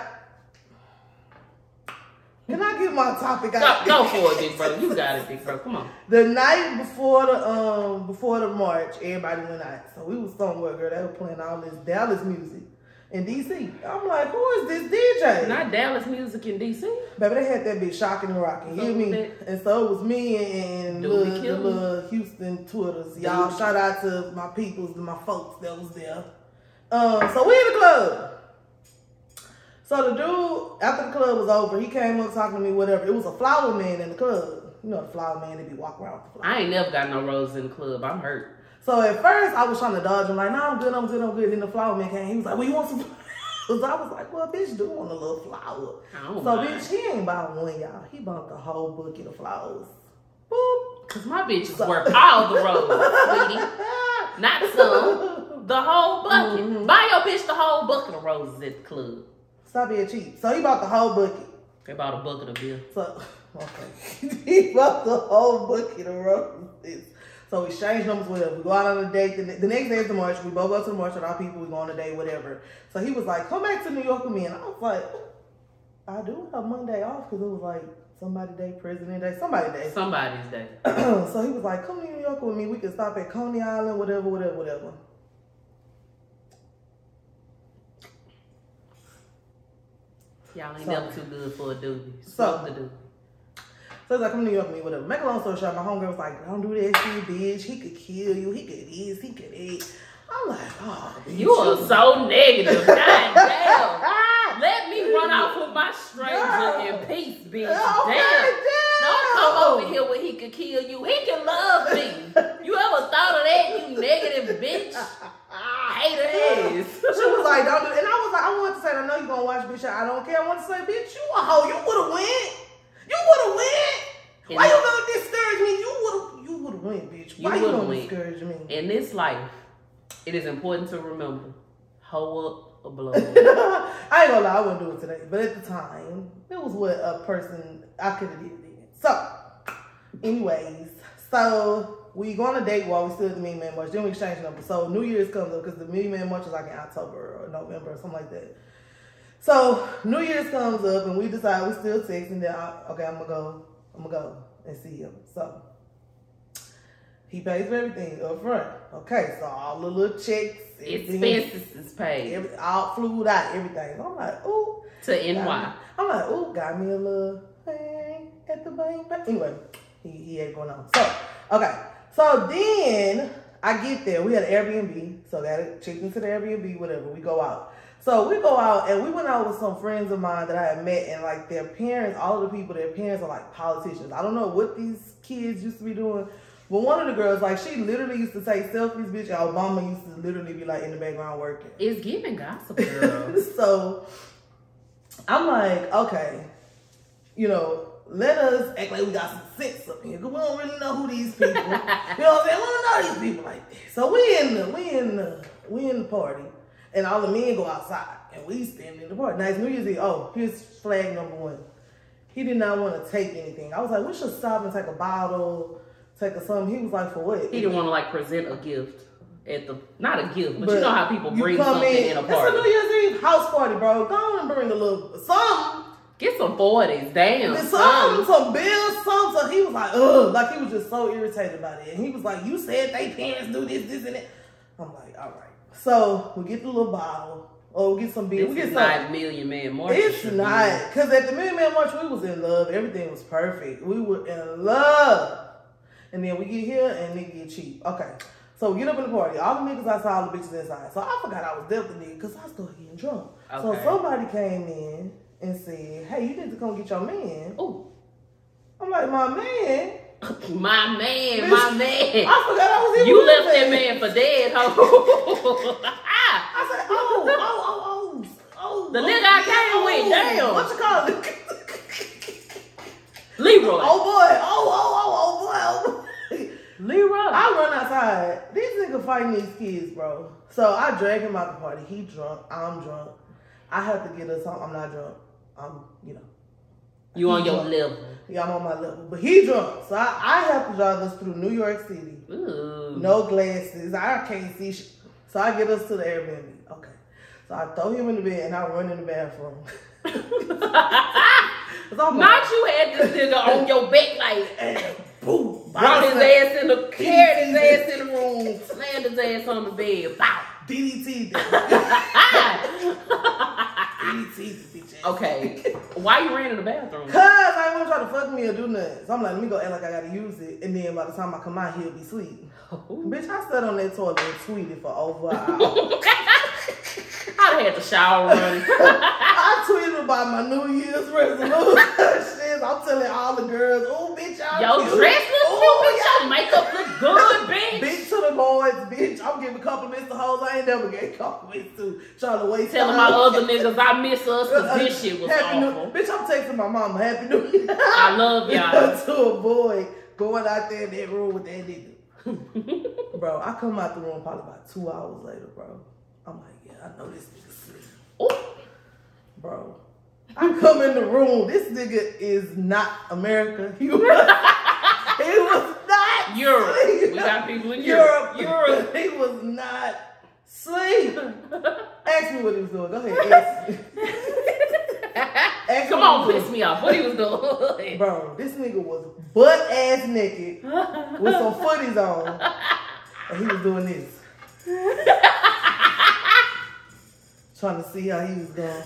A: Can I get my topic
B: Go,
A: out?
B: go for it, big brother. You got it, big brother. Come on.
A: The night before the um before the march, everybody went out. So we was somewhere, girl. They were playing all this Dallas music in DC. I'm like, who is this DJ?
B: Not Dallas music in D.C.
A: Baby, they had that bitch shocking and rocking. You hear me? And so it was me and, and
B: Dude,
A: little,
B: kill
A: the little Houston Twitters. Y'all,
B: Dude.
A: shout out to my peoples, to my folks that was there. Um, so we in the club. So the dude, after the club was over, he came up talking to me, whatever. It was a flower man in the club. You know, the flower man, they be walking around with the flowers.
B: I ain't never got no roses in the club. I'm hurt.
A: So at first I was trying to dodge him, like, no, I'm good, I'm good, I'm good. Then the flower man came. He was like, well, you want some flowers? [LAUGHS] I was like, well, bitch, do want a little flower.
B: I don't
A: so,
B: mind.
A: bitch, he ain't bought one, y'all. He bought the whole bucket of flowers. Boop.
B: Cause my bitches worth all the roses, sweetie.
A: Ah.
B: Not some. The whole bucket.
A: Mhm.
B: Buy your bitch the whole bucket of roses at the club.
A: Stop being cheap. So he bought the whole bucket.
B: They bought a bucket of beer.
A: So, [LAUGHS] okay. [LAUGHS] he bought the whole bucket of roses. So we exchange numbers, whatever. We go out on a date. The, the next day is the march. We both go to the march with our people. We go on a date, whatever. So he was like, come back to New York with me. And I was like, "Oh, I do have Monday off because it was like somebody day, president day, somebody day. [CLEARS THROAT]
B: Somebody's day.
A: so he was like, come to New York with me. We can stop at Coney Island, whatever, whatever, whatever.
B: Y'all ain't
A: So-
B: never too good for a doobie.
A: So-
B: Smoke the doobie.
A: So it's like, come to New York with me, whatever. Make a long story short, my homegirl was like, don't do that shit, bitch. He could kill you. He could this, he could that. I'm like, oh, bitch.
B: You are so
A: [LAUGHS]
B: negative. God damn.
A: Ah,
B: Let me run off with my stranger in peace, bitch. Damn. Don't come over here where he could kill you. He can love me. You ever thought of that, you negative bitch? Hater ass.
A: She was like, don't do And I was like, I wanted to say, I know you're going to watch, bitch. I don't care. I wanted to say, bitch, you a hoe. You would have went. You would have went. Why you going to discourage me? You would have you would have went, bitch.
B: You
A: Why you,
B: would've
A: going to
B: went.
A: discourage me?
B: In this life, it is important to remember hoe up a
A: [LAUGHS]
B: blow. up.
A: I ain't going to lie. I wouldn't do it today. But at the time, it was what a person I could have did then. So, anyways, so we go on a date while we still at the Million Man March. Then we exchange numbers. So New Year's comes up because the Million Man March is like in October or November or something like that. So New Year's comes up and we decide we still text and then I, okay, I'm gonna go, I'm gonna go and see him. So he pays for everything up front. Okay, so all the little checks, everything,
B: Expenses is paid
A: every, all flew out, everything. So I'm like, ooh.
B: to NY.
A: I'm like, ooh, got me a little thing at the bank. But anyway, he, he ain't going on. So, okay. So then I get there. We had an Airbnb. So got it checked into the Airbnb, whatever. We go out. So we go out and we went out with some friends of mine that I had met and like their parents, all of the people, their parents are like politicians. I don't know what these kids used to be doing. But one of the girls, like she literally used to take selfies, bitch, and Obama used to literally be like in the background working.
B: It's giving gossip, girl.
A: [LAUGHS] so I'm like, okay, you know, let us act like we got some sense up here. 'cause we don't really know who these people. you know what I'm saying? We don't know these people like this. So we in the we in the we in the party, and all the men go outside, and we stand in the party. Nice New Year's Eve. Oh, here's flag number one. He did not want to take anything. I was like, we should stop and take a bottle, take a something. He was like, for what?
B: he didn't want to like present a gift at the not a gift, but, you
A: But
B: know how people
A: You
B: bring something in, a
A: It's a New
B: party.
A: Year's Eve house party, bro. Go on and bring a little something.
B: Get some forties, damn.
A: Some,
B: son.
A: some bills, some, so he was like, ugh, like he was just so irritated about it. And he was like, you said they parents do this, this, and that. I'm like, all right. So we get the little bottle, or we get some beer,
B: This
A: we
B: is
A: get
B: not
A: some.
B: million man market.
A: It's not, because at the Million Man March, we was in love. Everything was perfect. We were in love. And then we get here, and nigga get cheap. Okay. So we get up in the party. All the niggas outside, all the bitches inside. So I forgot I was definitely nigga, because I started getting drunk. So
B: Okay.
A: somebody came in and said, hey, you need to come get your man.
B: Oh, [LAUGHS]
A: I'm like, my man.
B: my man,
A: Bitch,
B: my
A: I
B: man.
A: forgot I was in
B: You
A: with
B: left
A: that
B: that man for dead, ho. [LAUGHS] Ah,
A: I said, oh, oh, oh, oh, oh.
B: The
A: oh,
B: nigga I came with, damn.
A: What you call it? [LAUGHS]
B: Leroy.
A: oh boy, oh, oh, oh, oh boy. Oh. boy.
B: Leroy.
A: I run outside. These nigga fighting these kids, bro. So I drag him out the party. He drunk. I'm drunk. I have to get us home. I'm not drunk. I'm, you know,
B: you on your level.
A: yeah, I'm on my level. But he drunk. So I, I have to drive us through New York City.
B: Ooh.
A: No glasses. I can't see shit. So I get us to the Airbnb. Okay. So I throw him in the bed and I run in the bathroom. [LAUGHS] so I'm
B: [LAUGHS] Not you had this nigga on your back like
A: like, boom.
B: brought his ass in the
A: He
B: carried his
A: did.
B: ass in the room, slammed his ass on the bed. Bow. [LAUGHS]
A: [LAUGHS] DDT. DDT, bitch. ass.
B: okay. Why you ran in the
A: [LAUGHS]
B: bathroom?
A: Cause I ain't want to try to fuck me or do nothing. So I'm like, let me go act like I gotta use it. And then by the time I come out, he'll be sleep.
B: Ooh.
A: Bitch, I sat on that toilet and tweeted for over an
B: [LAUGHS]
A: hour.
B: [LAUGHS] I'd have had the shower running.
A: I tweeted about my New Year's resolution. [LAUGHS] Shit, I'm telling all the girls, oh bitch, y'all
B: Yo,
A: [LAUGHS] cute.
B: dress look cute,
A: Ooh,
B: bitch. Your makeup look good, bitch.
A: Oh, Bitch to the boys, bitch. I'm giving compliments to hoes I ain't never gave compliments to. Trying to waste
B: Telling my
A: time.
B: other niggas I miss us
A: Uh,
B: because this shit was
A: [LAUGHS] Happy New-
B: awful. [LAUGHS]
A: bitch, I'm texting my mama Happy New Year. [LAUGHS]
B: I love y'all.
A: to avoid going out there in that room with that nigga. bro, I come out the room probably about two hours later, bro. I'm like, yeah, I know this nigga sleep.
B: Ooh.
A: Bro, I come in the room. This nigga is not America. He was, [LAUGHS] he was not
B: Europe.
A: sleep.
B: We got people in
A: Europe.
B: Europe. Europe.
A: [LAUGHS] He was not sleep. [LAUGHS] Ask me what he was doing. Go ahead. Ask me.
B: [LAUGHS]
A: Ask
B: Come
A: me
B: on,
A: what he was
B: piss me off. What he was doing? [LAUGHS]
A: doing. Bro, this nigga was butt ass naked with
B: [LAUGHS]
A: some footies on. And he was doing this. Trying to see how he was going.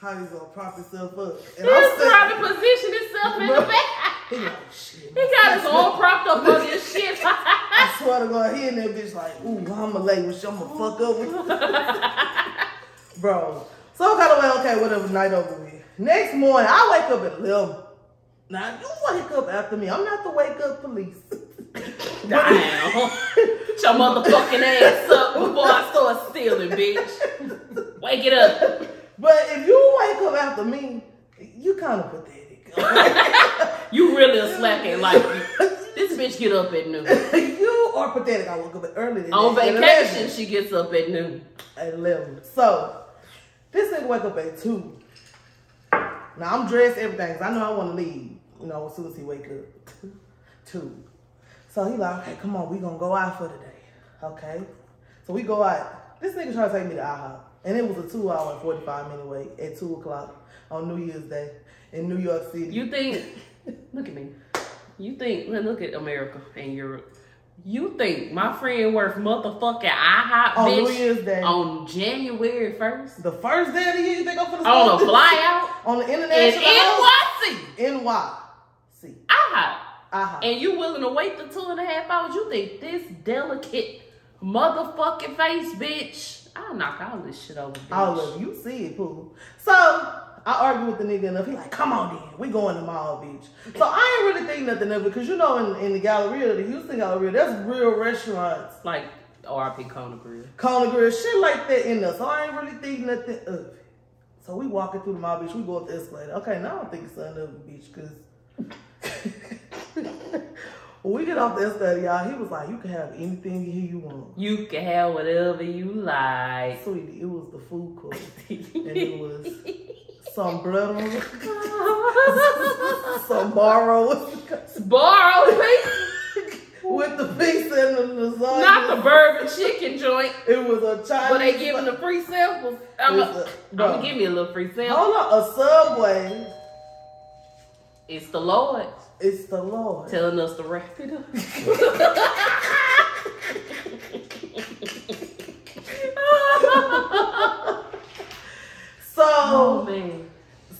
A: How he was gonna prop himself up.
B: He
A: And I'm
B: was trying to
A: sitting-
B: position himself in the
A: Bro.
B: back.
A: He like, shit.
B: He got his own propped up on his shit.
A: [LAUGHS] I swear to God, he and that bitch like, ooh, I'ma lay with you, I'ma fuck up with you. Bro. So I got away, okay, whatever, night over with. Next morning, I wake up at 11. Now, you wake up after me. I'm not the wake up
B: [LAUGHS]
A: police.
B: Damn. Get your motherfucking ass up before I start stealing, bitch. Wake it up.
A: [LAUGHS] But if you wake up after me, you kind of pathetic.
B: You really a slacking like This bitch get up at noon.
A: okay? [LAUGHS] you are pathetic. I woke up early than
B: On
A: that, at
B: vacation, she gets up at noon.
A: 11. At 11. So, this nigga wake up at 2. Now, I'm dressed, everything, 'cause I know I want to leave, you know, as soon as he wake up. [LAUGHS] 2. So, he like, okay, come on, we going to go out for today. Okay? So, we go out. This nigga trying to take me to IHOP. And it was a 2 hour and 45 minute wait at 2 o'clock on New Year's Day in New York City.
B: You think? Look at me. You think? let- Look at America and Europe. You think my friend worth motherfucking IHOP
A: On
B: bitch Oh.
A: New Year's Day.
B: on January first
A: The first day of the year, you think I'm finna
B: on a
A: start this- [LAUGHS]
B: flyout
A: on the
B: in
A: international
B: NYC
A: NYC.
B: IHOP,
A: Uh-huh.
B: and you willing to wait the two and a half hours? You think this delicate motherfucking face bitch I'll knock all this shit over. Bitch.
A: All of you see it, Pooh. So I argue with the nigga enough. He like, come on then, we going to Mall Beach. So I ain't really think nothing of it because you know in, in the Galleria, the Houston Galleria, there's real restaurants,
B: Like RP Kona Grill.
A: Kona Grill, shit like that in there. So I ain't really think nothing of it. So we walking through the Mall Beach, we go up the escalator. Okay, now I don't think it's nothing of the beach because [LAUGHS] when we get off the escalator, y'all, he was like, you can have anything here you want.
B: You can have whatever you like.
A: Sweetie, it was the food court. and it was some blood [LAUGHS] some borrow
B: Borrowed please.
A: with the pizza and the lasagna.
B: Not the burger chicken joint.
A: It was a Chinese.
B: But they giving the free samples. I'm
A: It's
B: gonna
A: a- bro.
B: give me a little free sample.
A: Hold on, a Subway.
B: It's the Lord
A: It's the Lord.
B: telling us to wrap
A: [LAUGHS]
B: it up.
A: So,
B: oh man.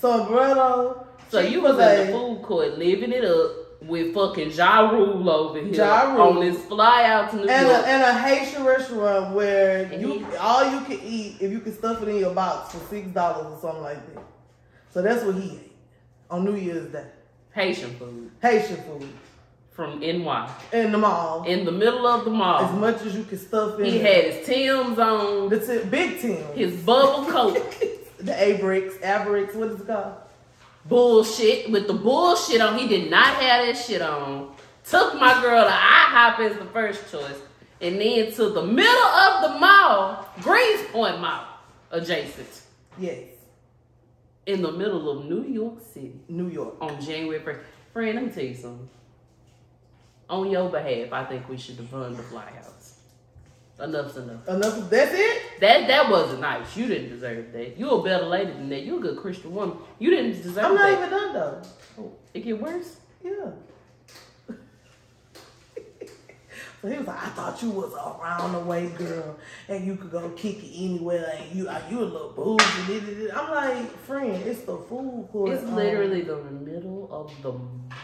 A: so Brito.
B: So you was in the food court living it up with fucking Ja Rule over here
A: Ja Rule.
B: on this fly out to New
A: and
B: York.
A: a, and a Haitian restaurant where
B: And
A: you
B: he-
A: all you can eat if you can stuff it in your box for six dollars or something like that. So that's what he ate on New Year's Day.
B: Haitian food
A: Haitian food
B: from NY
A: in the mall.
B: in the middle of the
A: as
B: mall.
A: much as you can stuff in.
B: He
A: there.
B: had his Tim's on,
A: the t- big team.
B: his bubble coat
A: [LAUGHS] the A-bricks, Avericks, what is it called?
B: bullshit with the bullshit on. He did not have that shit on. Took my girl to IHOP as the first choice, and then to the middle of the mall, Greens Point Mall, adjacent,
A: Yes,
B: in the middle of New York City.
A: New York.
B: on January 1st. Friend, let me tell you something. On your behalf, I think we should defund the fly house. Enough's enough.
A: Enough. That's it.
B: That that wasn't nice. You didn't deserve that. You a better lady than that. You a good Christian woman. You didn't deserve
A: I'm not
B: that. Oh,
A: even done though.
B: it get worse.
A: Yeah. [LAUGHS] so he was like, I thought you was a round the way girl, and you could go kick it anywhere, and you are you a little bougie. da, da, da. I'm like, friend, it's the food court.
B: It's
A: um,
B: literally the middle of the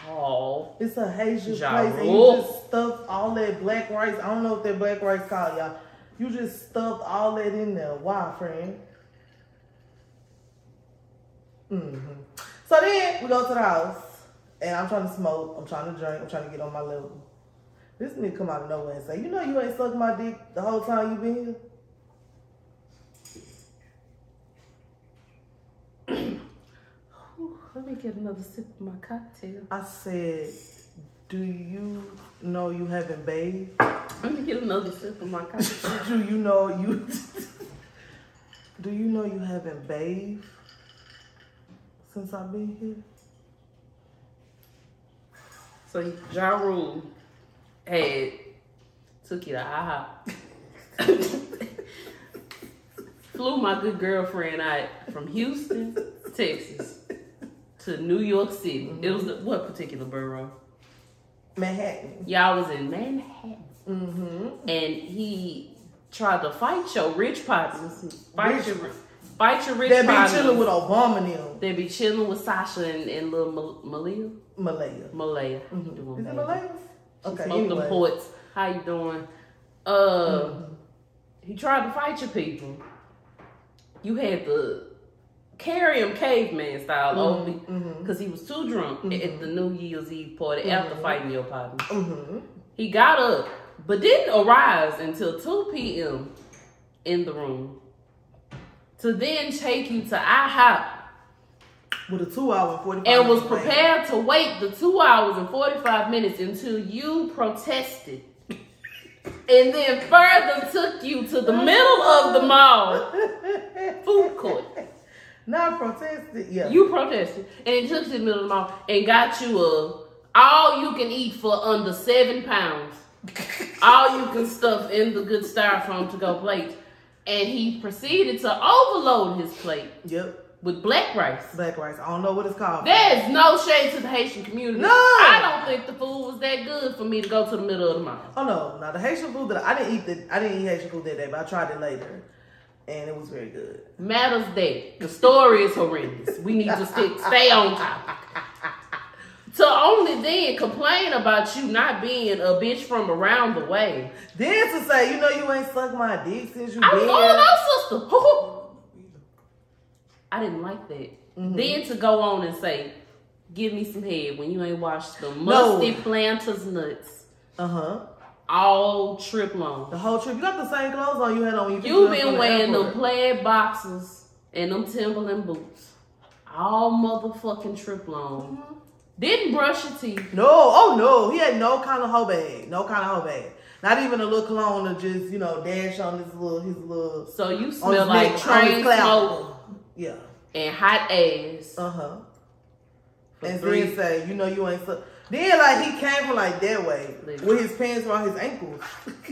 B: mall.
A: It's a Haitian
B: Ja
A: place, and you
B: Rule.
A: just stuff all that black rice. I don't know if that black rice called y'all. You just stuff all that in there. Why, friend? hmm So then we go to the house, and I'm trying to smoke. I'm trying to drink. I'm trying to get on my level. This nigga come out of nowhere and say, "You know you ain't sucked my dick the whole time you been here."
B: Ooh, let me get another sip of my cocktail.
A: I said, "Do you know you haven't bathed?
B: Let me get another sip of my cocktail.
A: Do you know you? do you know you haven't bathed since I've been here?
B: So Ja Rule had took you to IHOP. [LAUGHS] Flew my good girlfriend out from Houston, Texas, to New York City. It was the, what particular borough?
A: Manhattan.
B: Y'all was in Manhattan,
A: Mm-hmm.
B: and he tried to fight your rich partners. Fight
A: Rich-
B: your fight your rich
A: They be
B: partners.
A: chilling with Obama and them.
B: they be chilling with Sasha and, and little Mal- Malia.
A: Malaya.
B: Malaya. How you doing,
A: Mm-hmm. Is it
B: baby?
A: Malaya?
B: Okay,
A: Okay.
B: Smoke them
A: Anyway. Mm-hmm.
B: ports. How you doing? Uh, he tried to fight your people. You had to carry him caveman style over me
A: Mm-hmm.
B: because he was too drunk at the New Year's Eve party after fighting your partner.
A: Mm-hmm.
B: He got up, but didn't arise until 2 p.m. in the room to then take you to IHOP
A: With a two hour and forty five.
B: and was prepared to wait the two hours and 45 minutes until you protested and then further took you to the middle of the mall food court
A: [LAUGHS] Not protested. Yeah.
B: you protested and it took you to the middle of the mall and got you a all you can eat for under seven pounds all you can stuff in the good styrofoam to go plate and he proceeded to overload his plate
A: [LAUGHS] Yep.
B: with black rice
A: Black rice. I don't know what it's called.
B: there's no shade to the Haitian community.
A: No.
B: I don't think the food was that good for me to go to the middle of the mall.
A: Oh no, now the Haitian food that I didn't eat the I didn't eat Haitian food that day, but I tried it later. And it was very good.
B: Matters that the story is horrendous. We need to stick, stay on topic. To only then complain about you not being a bitch from around the way.
A: Then to say, you know, you ain't sucked my dick since you
B: I'm
A: been.
B: going out, sister. [LAUGHS] I didn't like that.
A: Mhm.
B: Then to go on and say, give me some head when you ain't washed the
A: No.
B: musty planters nuts
A: Uh-huh.
B: all trip long.
A: The whole trip. You got the same clothes on you had on when you picked
B: You've
A: me up from the
B: been wearing them
A: airport.
B: plaid boxes and them Timberland boots all motherfucking trip long.
A: Mhm.
B: Didn't brush your teeth.
A: No, oh no. He had no kind of hoe bag. No kind of hoe bag. Not even a little cologne to just, you know, dash on his little his little
B: So you
A: on
B: smell
A: his
B: like
A: neck, on
B: train
A: his clout.
B: smoke
A: Yeah.
B: and hot ass.
A: Uh-huh.
B: for
A: And
B: three-
A: then say, you know, you ain't suck. Then like he came from like that way
B: Listen.
A: with his pants around his ankles. [LAUGHS]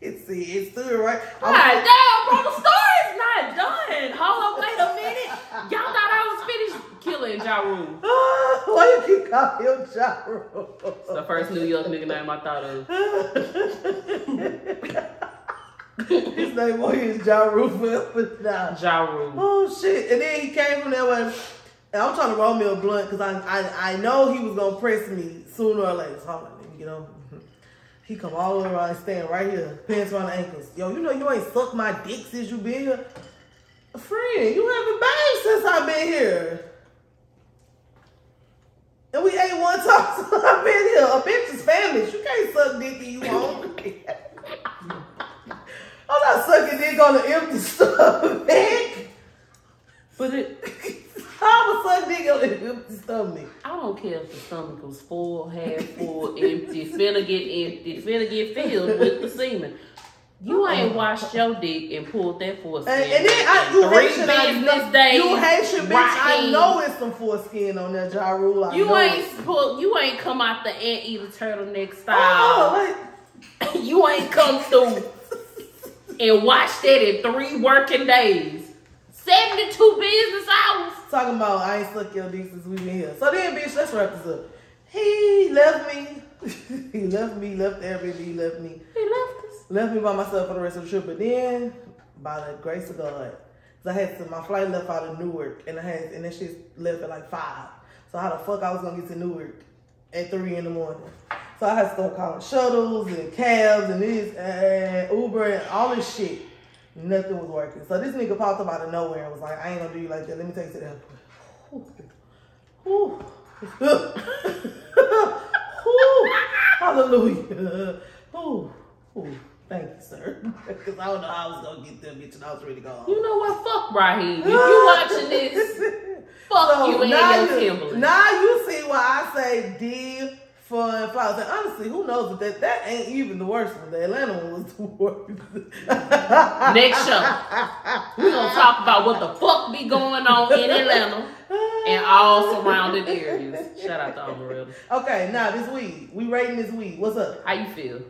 A: it's it stood right.
B: God damn, bro, the story's not done. Hold on, wait a minute. Y'all thought I was finished killing Ja
A: [LAUGHS]
B: Rule.
A: Why you keep calling him Ja Rule?
B: It's the first New York nigga name I thought of.
A: [LAUGHS] His name boy is Ja Rule forever now.
B: Ja Rule.
A: Oh shit! And then he came from that way. And I'm trying to roll me a blunt because I, I I know he was gonna press me sooner or later. So I'm like, let me get over. it. [LAUGHS] He come all the way around, stand right here, pants around the ankles. Yo, you know you ain't sucked my dick since you been here, friend. You haven't banged since I've been here. And we ain't one time [LAUGHS] since I've been here. A bitch is famished. You can't suck dick and you hungry. [LAUGHS] I'm not sucking dick on the empty [LAUGHS] stomach. [LAUGHS]
B: But it,
A: I'm a suck dick on the empty stomach.
B: I don't care if the stomach was full, half full, empty, finna get empty, finna get filled with the semen. You ain't washed your dick and pulled that for a
A: And, and then I, you
B: Three
A: Haitian, I
B: business
A: know,
B: days.
A: you Haitian bitch. I
B: rotting.
A: know it's some foreskin on that Ja Rule. I
B: You
A: know it.
B: ain't pull, you ain't come out the anteater turtleneck style.
A: Oh,
B: [LAUGHS] You ain't come through and watched that in three working days. 72 business hours.
A: like, [LAUGHS] talking about I ain't suck your dick since we been here. So then, bitch, let's wrap this up. He left me. [LAUGHS] he left me. Left everything. He left me.
B: He left us.
A: left me by myself for the rest of the trip. But then, by the grace of God, 'cause I had to, my flight left out of Newark, and I had and that shit left at like five. So how the fuck I was gonna get to Newark at three in the morning? So I had to start calling shuttles and cabs and this uh, and Uber and all this shit. Nothing was working. So this nigga popped up out of nowhere and was like, "I ain't gonna do you like that. Let me take you to the airport." Whew. [LAUGHS] Whew. Hallelujah. Whew. Whew. Thank you, sir. [LAUGHS] Because I don't know how I was going to get them, bitch, and I was ready to go home.
B: You know what? Fuck Raheem.
A: [LAUGHS]
B: If you watching this, fuck
A: So,
B: you and
A: now,
B: your
A: you,
B: Timberland.
A: now you see why I say D for and flowers. And honestly, who knows if that that ain't even the worst one. The Atlanta one was the worst.
B: Next show, we're
A: [LAUGHS]
B: gonna talk about what the fuck be going on in Atlanta and all surrounding areas. Shout out to Amarillo.
A: Okay, now this weed. We rating this weed. What's up?
B: How you feel?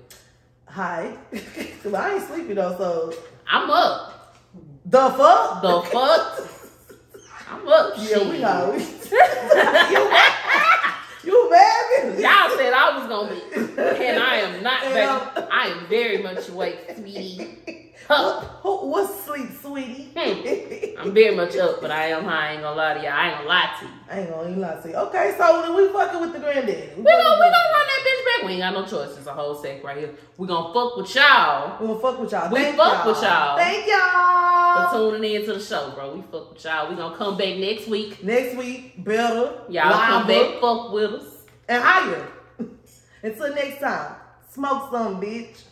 A: Hi. [LAUGHS] Cause I ain't sleepy though, so
B: I'm up.
A: the fuck?
B: The
A: [LAUGHS]
B: fuck? I'm up.
A: Yeah, we
B: shit.
A: know.
B: [LAUGHS]
A: [LAUGHS] you, you mad? bitch?
B: Y'all said I was gonna be, and I am not.
A: And
B: Baby. I am very much awake,
A: [LAUGHS]
B: sweetie.
A: What,
B: Up.
A: who, what's sleep, sweetie? [LAUGHS]
B: Hmm.
A: I
B: I'm very much up, but I am high. I ain't gonna lie to y'all. I ain't gonna lie to you.
A: ain't gonna even lie to you. Okay, so then we fucking with the granddaddy. We
B: We gonna we gonna run that bitch back. We ain't got no choice. It's a whole sack right here. We gonna fuck with y'all
A: We gonna fuck with y'all.
B: We
A: Thank
B: fuck
A: y'all.
B: with y'all.
A: Thank
B: for
A: y'all.
B: tuning in to the show, bro. We fuck with y'all. We gonna come back next week.
A: Next week, better,
B: Y'all come
A: liver,
B: back, fuck with us.
A: [LAUGHS] and higher. Until next time, smoke some, bitch.